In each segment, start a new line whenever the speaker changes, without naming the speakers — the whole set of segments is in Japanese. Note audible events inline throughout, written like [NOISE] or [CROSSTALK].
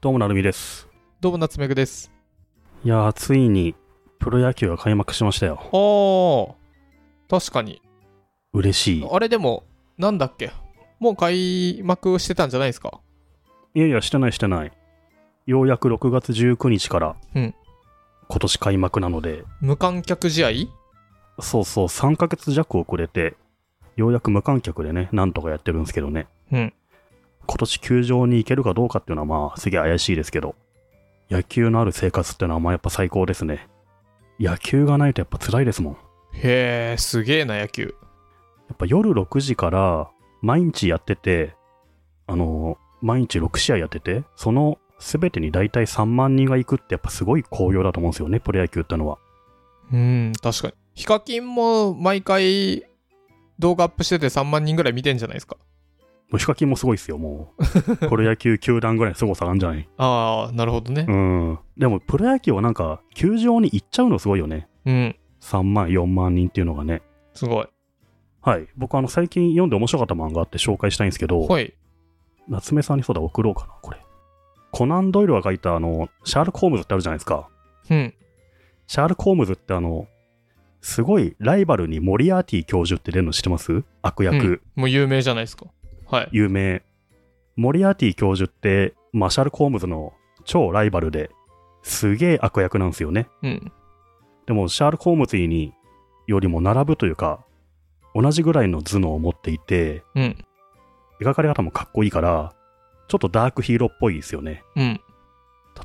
どうもなるみです。
どうも、夏目くです。
いやー、ついにプロ野球が開幕しましたよ。
あー、確かに。
嬉しい。
あれでも、なんだっけもう開幕してたんじゃないですか
いやいや、してないしてない。ようやく6月19日から、
うん
今年開幕なので、
無観客試合
そうそう、3ヶ月弱遅れて、ようやく無観客でね、なんとかやってるんですけどね。
うん。
今年球場に行けるかどうかっていうのはまあ、すげえ怪しいですけど、野球のある生活っていうのはまあやっぱ最高ですね。野球がないとやっぱ辛いですもん。
へー、すげえな、野球。
やっぱ夜6時から毎日やってて、あの毎日6試合やってて、その全てに大体3万人が行くってやっぱすごい好評だと思うんですよね、プロ野球ってのは。
うん、確かに。ヒカキンも毎回動画アップしてて3万人ぐらい見てんじゃないですか
もうヒカキンもすごいですよ、もう。
[LAUGHS]
プロ野球球団ぐらいの凄さなんじゃない
あー、なるほどね
う。ん。でもプロ野球はなんか、球場に行っちゃうのすごいよね。
うん、
3万、4万人っていうのがね。
すごい。
はい。僕あの、最近読んで面白かった漫画あって紹介したいんですけど、
はい。
夏目さんにそうだ、送ろうかな、これ。コナン・ドイルが書いたあの、シャーロック・ホームズってあるじゃないですか。
うん。
シャール・コームズってあの、すごいライバルにモリアーティ教授って出るの知ってます悪役、
うんもう有名じゃないですか。はい。
有名。モリアーティ教授って、マシャール・コームズの超ライバルで、すげえ悪役なんですよね。
うん。
でも、シャール・コームズによりも並ぶというか、同じぐらいの頭脳を持っていて、
うん。
描かれ方もかっこいいから、ちょっとダークヒーローっぽいですよね。
うん。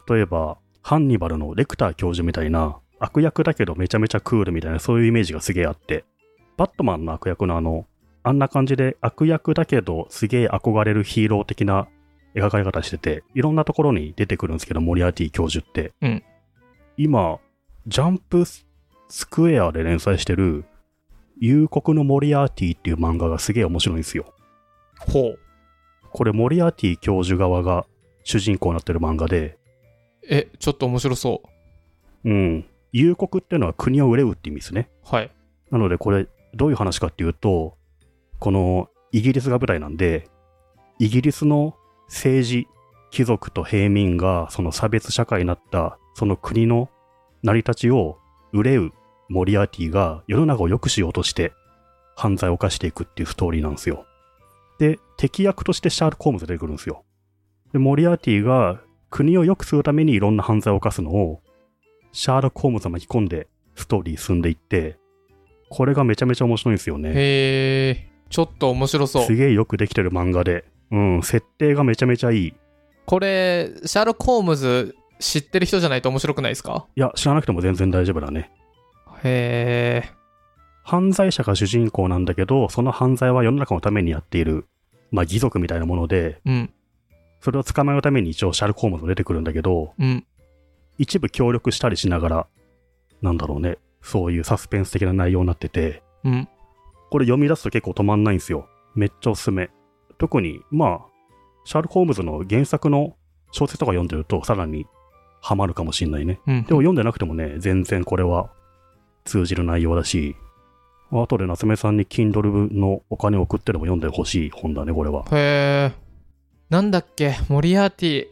例えば、ハンニバルのレクター教授みたいな、悪役だけどめちゃめちゃクールみたいな、そういうイメージがすげえあって、バットマンの悪役のあの、あんな感じで悪役だけどすげえ憧れるヒーロー的な描かれ方してて、いろんなところに出てくるんですけど、モリアーティ教授って。
うん
今、ジャンプスクエアで連載してる、幽国のモリアーティっていう漫画がすげえ面白いんですよ。
ほう。
これ、モリアーティ教授側が主人公になってる漫画で、
え、ちょっと面白そう。
うん。幽国っていうのは国を憂うって意味ですね。
はい。
なのでこれ、どういう話かっていうと、このイギリスが舞台なんで、イギリスの政治、貴族と平民がその差別社会になった、その国の成り立ちを憂うモリアーティが世の中を良くしようとして犯罪を犯していくっていうストーリーなんですよ。で、敵役としてシャール・コームズ出てくるんですよ。で、モリアーティが国を良くするためにいろんな犯罪を犯すのをシャール・コームズが巻き込んでストーリー進んでいって、これがめちゃめちゃ面白いんですよね。
へえ、ちょっと面白そう
す。げえよくできてる漫画で。うん、設定がめちゃめちゃいい。い
これ、シャーロック・ホームズ知ってる人じゃないと面白くないですか
や、知らなくても全然大丈夫だね。
へえ、
犯罪者が主人公なんだけど、その犯罪は世の中のためにやっている、まあ、義族みたいなもので、
うん、
それを捕まえるために一応シャルコームズも出てくるんだけど、
うん。
一部協力したりしながら、なんだろうね、そういうサスペンス的な内容になってて、
うん、
これ読み出すと結構止まんないんですよ。めっちゃおすすめ。特に、まあ、シャール・コームズの原作の小説とか読んでると、さらにハマるかもしんないね。
うん
で。も読んでなくてもね、全然これは通じる内容だし、あとで夏目さんに Kindle のお金を送ってでも読んでほしい本だね、これは。
へえ、なんだっけ、モリアーティ。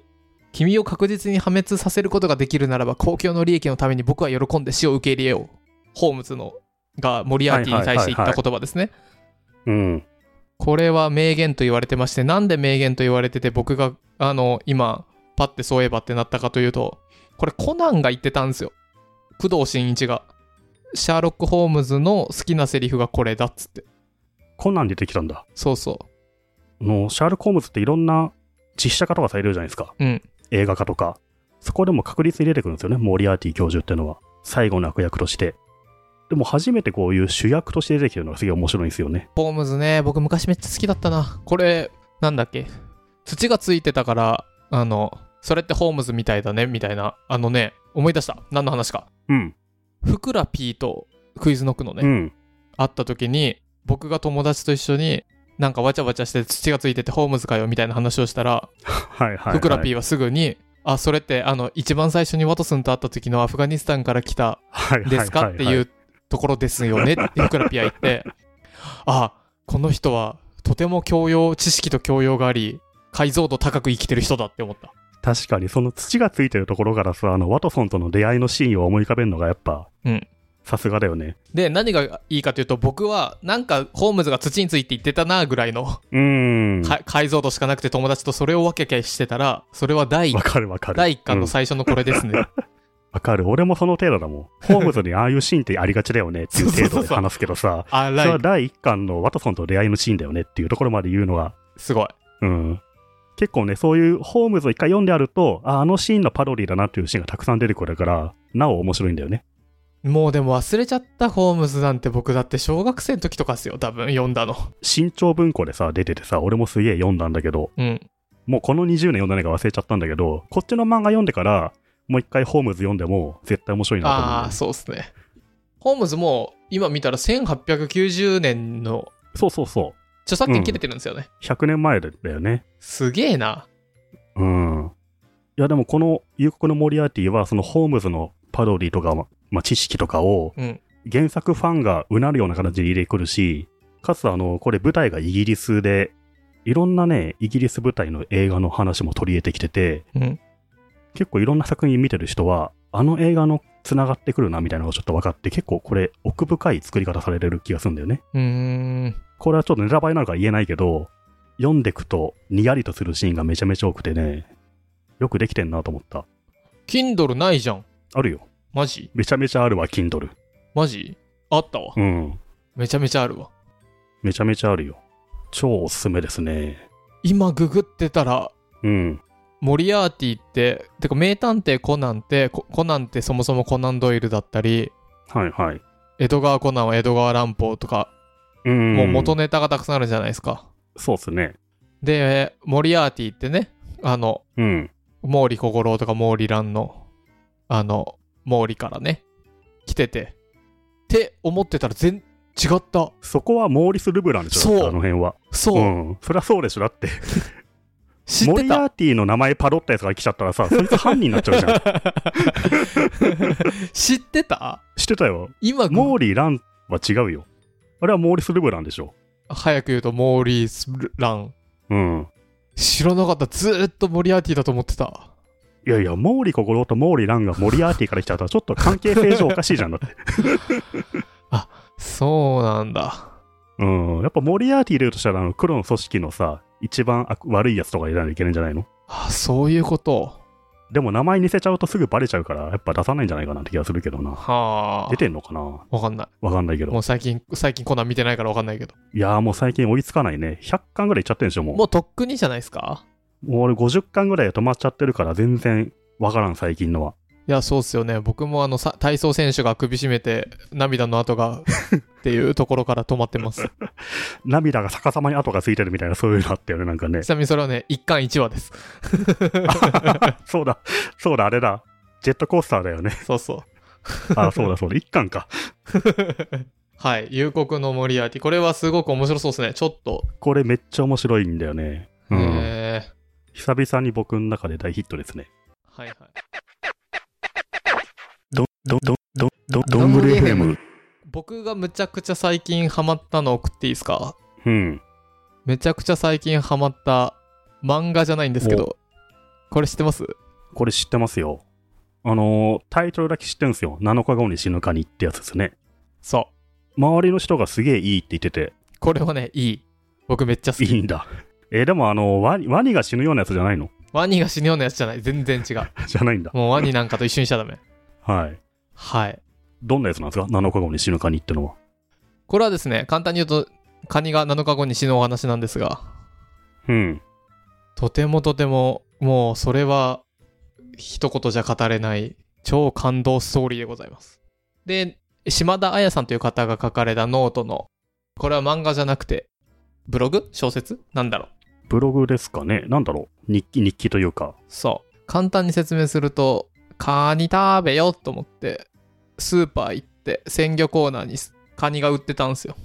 君を確実に破滅させることができるならば、公共の利益のために僕は喜んで死を受け入れよう。ホームズのがモリアーティに対して言った言葉ですね。
うん。
これは名言と言われてまして、なんで名言と言われてて、僕が、あの、今、パッてそういえばってなったかというと、これコナンが言ってたんですよ。工藤新一が。シャーロック・ホームズの好きなセリフがこれだっつって。
コナン出てきたんだ。
そうそ
あのシャール・コームズっていろんな実写化とかされるじゃないですか。
うん
映画化とか。そこでも確率に出てくるんですよね、モリアーティ教授ってのは。最後の悪役として。でも初めてこういう主役として出てきてるのがすげえ面白いんですよね
う。。ホームズね、僕昔めっちゃ好きだったな。これ、なんだっけ。土がついてたから、あの、それってホームズみたいだね、みたいな。あのね、思い出した。何の話か。
うん。
ふくら P とクイズノックのね
う、ん。
会った時に僕が友達と一緒になんかわちゃわちゃして土がついててホームズかよみたいな話をしたら
はいはい、はい。
ふくら P はすぐに「あそれってあの一番最初にワトソンと会った時のアフガニスタンから来た
はいはいはい
ですか?」ってい
は
うところですよね
[LAUGHS]
ってふくら P は言って「あこの人はとても教養知識と教養があり解像度高く生きてる人だ」って思った。
確かに、その土がついてるところからさ、あの、ワトソンとの出会いのシーンを思い浮かべるのがやっぱ、
うん
さすがだよね。
で何がいいかというと僕はなんかホームズが土について言ってたなぐらいの、
うーん。
か解像度しかなくて友達とそれを分けけしてたらそれは第
わ
1
かるわかる。
第一巻
う
の
ん
最初のこれですね、
わかる。俺もその程度だもん。ホームズにああいうシーンってありがちだよねっていう程
そうそう
度で
そう
話すけどさ、
あ
それ
ら
はい第1巻のワトソンとの出会いのシーンだよねっていうところまで言うのは、
すごい
うん。結構ね、そういうホームズを一回読んであると、ああのシーンのパロディだなっていうシーンがたくさん出てくるから、なお面白いんだよね。
もうでも忘れちゃったホームズなんて僕だって小学生の時とかっすよ多分読んだの
新潮文庫でさ、出ててさ、俺もすげえ読んだんだけど、
うん
もうこの20年読んだのが忘れちゃったんだけど、こっちの漫画読んでから、もう一回ホームズ読んでも絶対面白いなと思うんだよ
あ
ね
あーそうっすねホームズも今見たら1890年の
そうそうそ
著作権切れてるんですよね、
う。100年前だよね。
すげえな
うん。いや、でもこの夕刻のモリアーティは、そのホームズのパロディとか、ままあ、知識とかを
うん、
原作ファンがうなるような形で入れてくるし、かつ、あの、これ舞台がイギリスで、いろんなね、イギリス舞台の映画の話も取り入れてきてて、
うん、
結構いろんな作品見てる人は、あの映画の繋がってくるなみたいなのがちょっと分かって、結構これ奥深い作り方されてる気がするんだよね。
うーん
これはちょっとネタバレなのから言えないけど、読んでくとにやりとするシーンがめちゃめちゃ多くてね、よくできてんなと思った。
Kindle ないじゃん
あるよ。
マジ
めちゃめちゃあるわ、Kindle。
マジあったわ
うん。
めちゃめちゃあるわ
めちゃめちゃあるよ。超おすすめですね。
今ググってたら
うん。
モリアーティっててか名探偵コナンってココナンってそもそもコナンドイルだったり
はいはい。
江戸川コナンは江戸川乱歩とか、
うん。
もう元ネタがたくさんあるじゃないですか
そうっすね。
でモリアーティってねあの
うん。
毛利小五郎とか毛利蘭のあの毛利からね来ててって思ってたら全違った
そこはモーリス・ルブランでしょ、
そう
だってあの辺は。
そう、
ん。そりゃそうでしょ、だって。
知っ
モ
て
リア
た
ーティの名前パロったやつが来ちゃったらさ、そいつ犯人になっちゃうじゃ
[LAUGHS]
ん。
知ってた
知ってたよ。
今
モーリー・ランは違うよ。あれはモーリス・ルブランでしょ。
早く言うとモーリース・ラン
うん。
知らなかったずーっとモリアーティだと思ってた
いやいや、モーリー・コゴロとモーリー・ランがモリアーティから来ちゃったら、ちょっと関係性上おかしいじゃんだって。
そうなんだ
うん。やっぱモリアーティ入れるとしたら、あの、黒の組織のさ、一番悪悪いやつとか入れないといけないんじゃないの
あそういうこと
でも名前似せちゃうとすぐバレちゃうから、やっぱ出さないんじゃないかなって気がするけどな。
はあ
出てんのかな
わかんない
わかんないけど
も。う最近最近コナン見てないからわかんないけど
いやーもう最近追いつかないね。100巻ぐらいいっちゃってるんでしょ、もう。
もうとっくにじゃないですか
もう俺50巻ぐらいで止まっちゃってるから、全然わからん、最近のは。
いや、そうっすよね。僕もあのさ体操選手が首絞めて涙の跡 [LAUGHS] がっていうところから止まって [LAUGHS] ます。
涙が逆さまに跡がついてるみたいな、そういうのあったよね、なんかね
ち。なみにそれはね、一巻一話です。
そうだ、そうだ、あれだ。ジェットコースターだ
[LAUGHS]
よね。
そうそう。
あ、そうだ、そうだ、1巻か。
はい。夕刻のモリアーティ。これはすごく面白そうですね。ちょっと。
これめっちゃ面白いんだよね。うん。
えー
久々に僕の中で大ヒットですね。
はいはい。
ど、ど、ど、ど、ど、
どんぐり
FM。
僕がむちゃくちゃ最近ハマったの送っていいですか
うん。
めちゃくちゃ最近ハマった漫画じゃないんですけど、これ知ってます
これ知ってますよ。あのータイトルだけ知ってるんですよ。7日後に死ぬかにってやつですね。
そ
周りの人がすげえいいって言ってて、
う。これはね、いい。僕めっちゃ好
い
き。
いんだ。えーでもあのーワニ、ワニが死ぬようなやつじゃないの
ワニが死ぬようなやつじゃない。全然違う。
[LAUGHS] じゃないんだ。
もうワニなんかと一緒にしちゃダメ。
はい。
はい。
どんなやつなんですか ?7 日後に死ぬカニってのは。
これはですね簡単に言うとカニが7日後に死ぬお話なんですが
うん。
とてもとてももうそれは一言じゃ語れない超感動ストーリーでございますで島田彩さんという方が書かれたノートのこれは漫画じゃなくてブログ小説なんだろう
ブログですかねなんだろう日記、日記というか。
そう簡単に説明するとカニ食べよと思ってスーパー行って鮮魚コーナーにカニが売ってたんですよ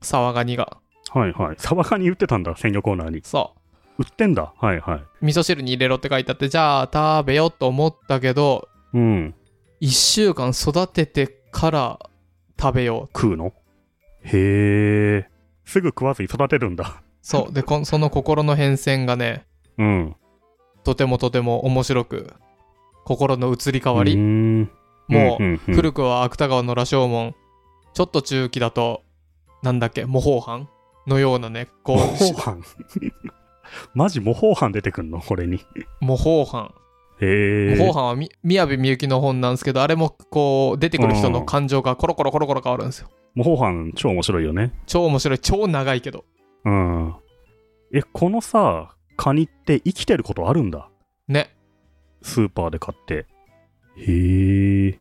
サワガニが
はいはい。サバカニ売ってたんだ、鮮魚コーナーに。
そう
売ってんだ。はいはい。
味噌汁に入れろって書いてあってじゃあ食べようと思ったけど
うん。
1週間育ててから食べよう
食うのへえ。すぐ食わずに育てるんだ。
そうでこんその心の変遷がね
うん。
とてもとても面白く心の移り変わ
うー
り、
ん
も
んん
うん古くは芥川の羅生門ちょっと中期だとなんだっけ模倣犯のようなねこ
模
う
倣
し
犯 [LAUGHS] マジ模倣犯出てくんのこれに。
模倣犯
へえ。
模倣犯はみ宮部みゆきの本なんですけどあれもこう出てくる人の感情がコロコロコロコロ変わるんですよ
模倣犯超面白いよね。
超面白い超長いけど
うん。え、このさ、カニって生きてることあるんだ。
ね
スーパーで買って。へえ。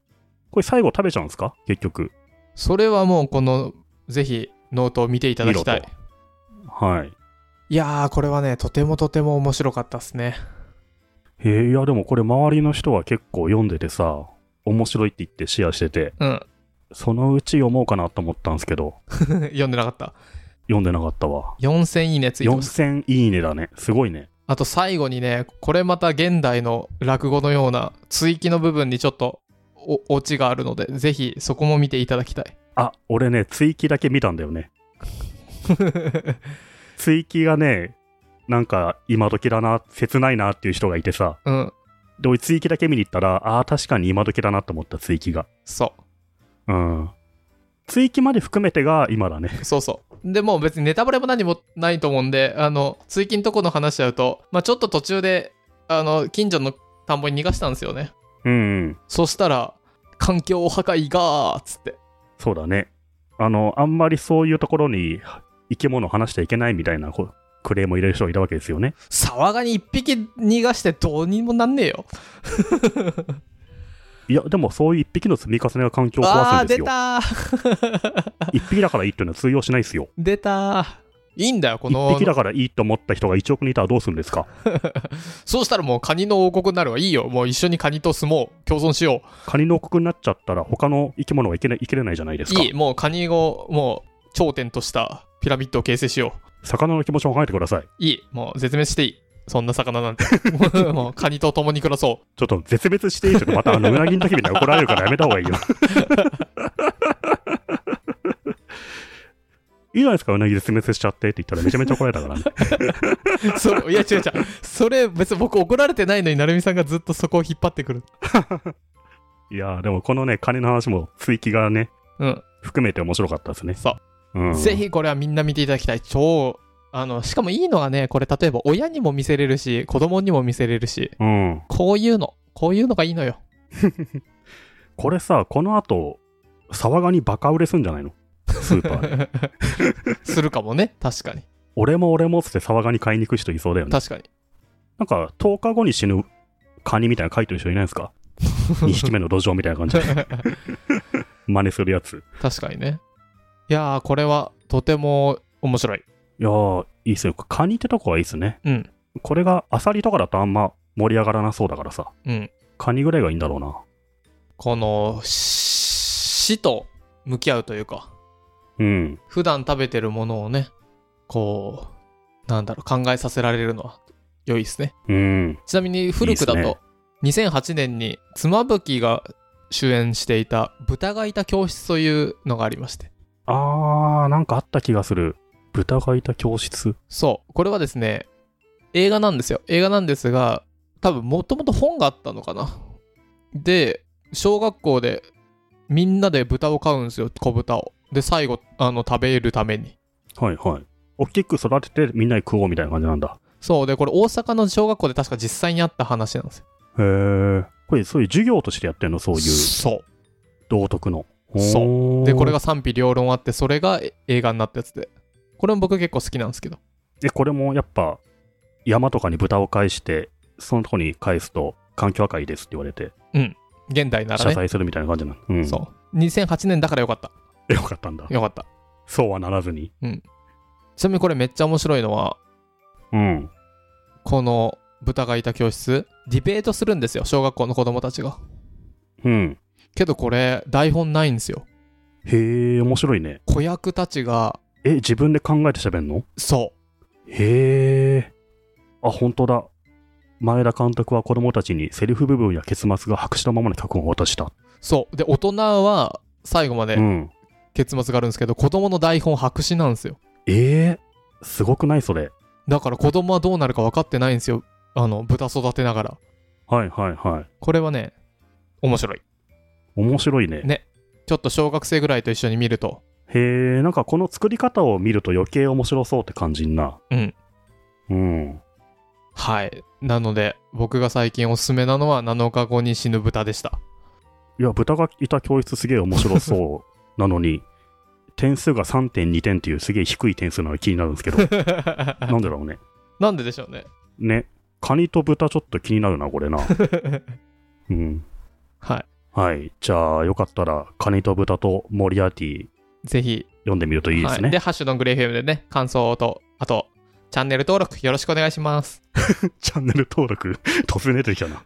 これ最後食べちゃうんですか結局。
それはもうこのぜひノートを見ていただきた
見
い
はい。
いやーこれはねとてもとても面白かったっすね
へえ、いやでもこれ周りの人は結構読んでてさ、面白いって言ってシェアしてて、
うん [LAUGHS]
そのうち読もうかなと思ったんですけど、
読んでなかった
読んでなかったわ。
4000いいねついてます
4000いいねだね。すごいね。
あと最後にねこれまた現代の落語のような追記の部分にちょっとおオチがあるのでぜひそこも見ていただきた [LAUGHS] い
あ、俺ね、追記だけ見たんだよね。追記がね、なんか今時だな、切ないなっていう人がいてさ、
うん
で、俺追記だけ見に行ったら、ああー、確かに今時だなと思った追記が。
そ
うん。追記まで含めてが今だね。
うそうそうでもう別にネタバレも何もないと思うんであの追記のとこの話しちゃうと、まあ、ちょっと途中であの近所の田んぼに逃がしたんですよね
うん、うん。
そしたら環境破壊がーっつって
そうだね。あの、あんまりそういうところに生き物を話しちゃいけないみたいなこうクレームを入れる人がいたわけですよね。
沢ガニ一匹逃がしてどうにもなんねえよ
いや、でもそういう一匹の積み重ねが環境を壊
あ
す
あ
んです
出
よ。
たー
一匹だからいいっていうのは通用しないですよ。
出たーいいんだよこの
一匹だからいいと思った人が一億人いたらどうするんですか
そうしたらもうカニの王国になるわ。いいよ。もう一緒にカニと相撲、共存しよ
カニの王国になっちゃったら他の生き物が生きれ生きれないじゃないです
う。
か
いい。もうカニを、もう頂点としたピラミッドを形成しよ
魚の気持ちを考えてください。
う。いい。もう絶滅していい。そんな魚なんて。 [LAUGHS] もうカニと共に暮らそ
ちょっと絶滅していいとかまたあのう [LAUGHS] なぎの時みたいに怒られるからやめた方がいいよ。 [LAUGHS] いいじゃないですか、うなぎ絶滅しちゃってって言ったらめちゃめちゃ怒られたからね。
う。そういや違う違う。それ別に僕怒られてないのに、成美さんがずっとそこを引っ張ってくる。
いやーでもこのね、金の話も追記がね、
うん。
含めて面白かったですね。。
そう
ん、
ぜ。ひこれはみんな見ていただきたい。超、あの、しかもいいのがね、これ例えば親にも見せれるし、子供にも見せれるし、
うん。
こういうの、こういうのがいいのよ。
これさ、この後、沢ガニバカ売れすんじゃないのスーパ
[LAUGHS]
ーで。
するかもね。確かに。
俺も俺もっつって沢ガニ買いに行く人いそうだよね。
確かに。
なんか、10日後に死ぬカニみたいなの書いてる人いないです
[LAUGHS]
か ?2 匹目の土壌みたいな感じで。真似するやつ。
確かにねいやーこれはとても面白い
いやー、いいっすよ。カニってとこはいいっすね。
うん
これがアサリとかだとあんま盛り上がらなそうだからさ。
うん
カニぐらいがいいんだろうな。
このし死と向き合うというか
うん。
普段食べてるものをねこうなんだろう考えさせられるのは良いですね
うん。
ちなみに古くだ
いいっ
と2008年に妻夫木が主演していた「豚がいた教室」というのがありまして
あー、なんかあった気がする。豚がいた教室。
そうこれはですね映画なんですよ映画なんですが多分もともと本があったのかなで小学校でみんなで豚を飼うんですよ子豚をで最後あの食べるために
はいはい。大きく育ててみんなで食おうみたいな感じなんだ。
そうでこれ大阪の小学校で確か実際にあった話なんですよ
へー。これそういう授業としてやってんのそういう
そ
道徳の。
そう
う
うでこれが。賛否両論あってそれがえ映画になったやつでこれも僕結構好きなんですけど
え、これもやっぱ山とかに豚を返して、そのとこに返すと環境破壊ですって言われて
現代なら
謝
ね、
罪するみたいな感じなの。うん。
そう2008年だからよかった
えよかったんだ。
よかった
そうはならずに。
ちなみにこれめっちゃ面白いのは
うん。
この豚がいた教室ディベートするんですよ小学校の子供たちが
うん。
けどこれ台本ないんですよ
へえ、面白いね。
子役たちが
え、自分で考えて喋んの
そ
へえ。あ、本当だ。前田監督は子供たちにセリフ部分や結末が白紙のままの脚本を渡した。
うそうで大人は最後ま
う
で
ん。
結末があるんですけど子供の台本白紙なんですよ
ええすごくないそれ。
だから子供はどうなるか分かってないんですよあの豚育てながら
はいはいはい。
これはね面白い
面白いね。
ねちょっと小学生ぐらいと一緒に見ると
へえ、なんかこの作り方を見ると余計面白そうって感じんな。
うん。
うん。
はいなので僕が最近おすすめなのは7日後に死ぬ豚
[LAUGHS]
でした
いや、豚がいた教室すげえ面白そう
[LAUGHS]
なのに、点数が3.2点っていうすげえ低い点数なのが気になるんですけ
[LAUGHS]
ど、なんでだろうね。
なんででしょ
[LAUGHS]
うね
ね。カニと豚ちょっと気になるな、これな。うん。
は
はい。じゃあ、よかったら、カニと豚とモリアーティ
いぜひ
読んでみるといいです
は
[LAUGHS]
い、で
ね。
ハッシュドングレーフ m でね感想とあとチャンネル登録よろしくお願いします
チャンネル登録、突然出てきたな。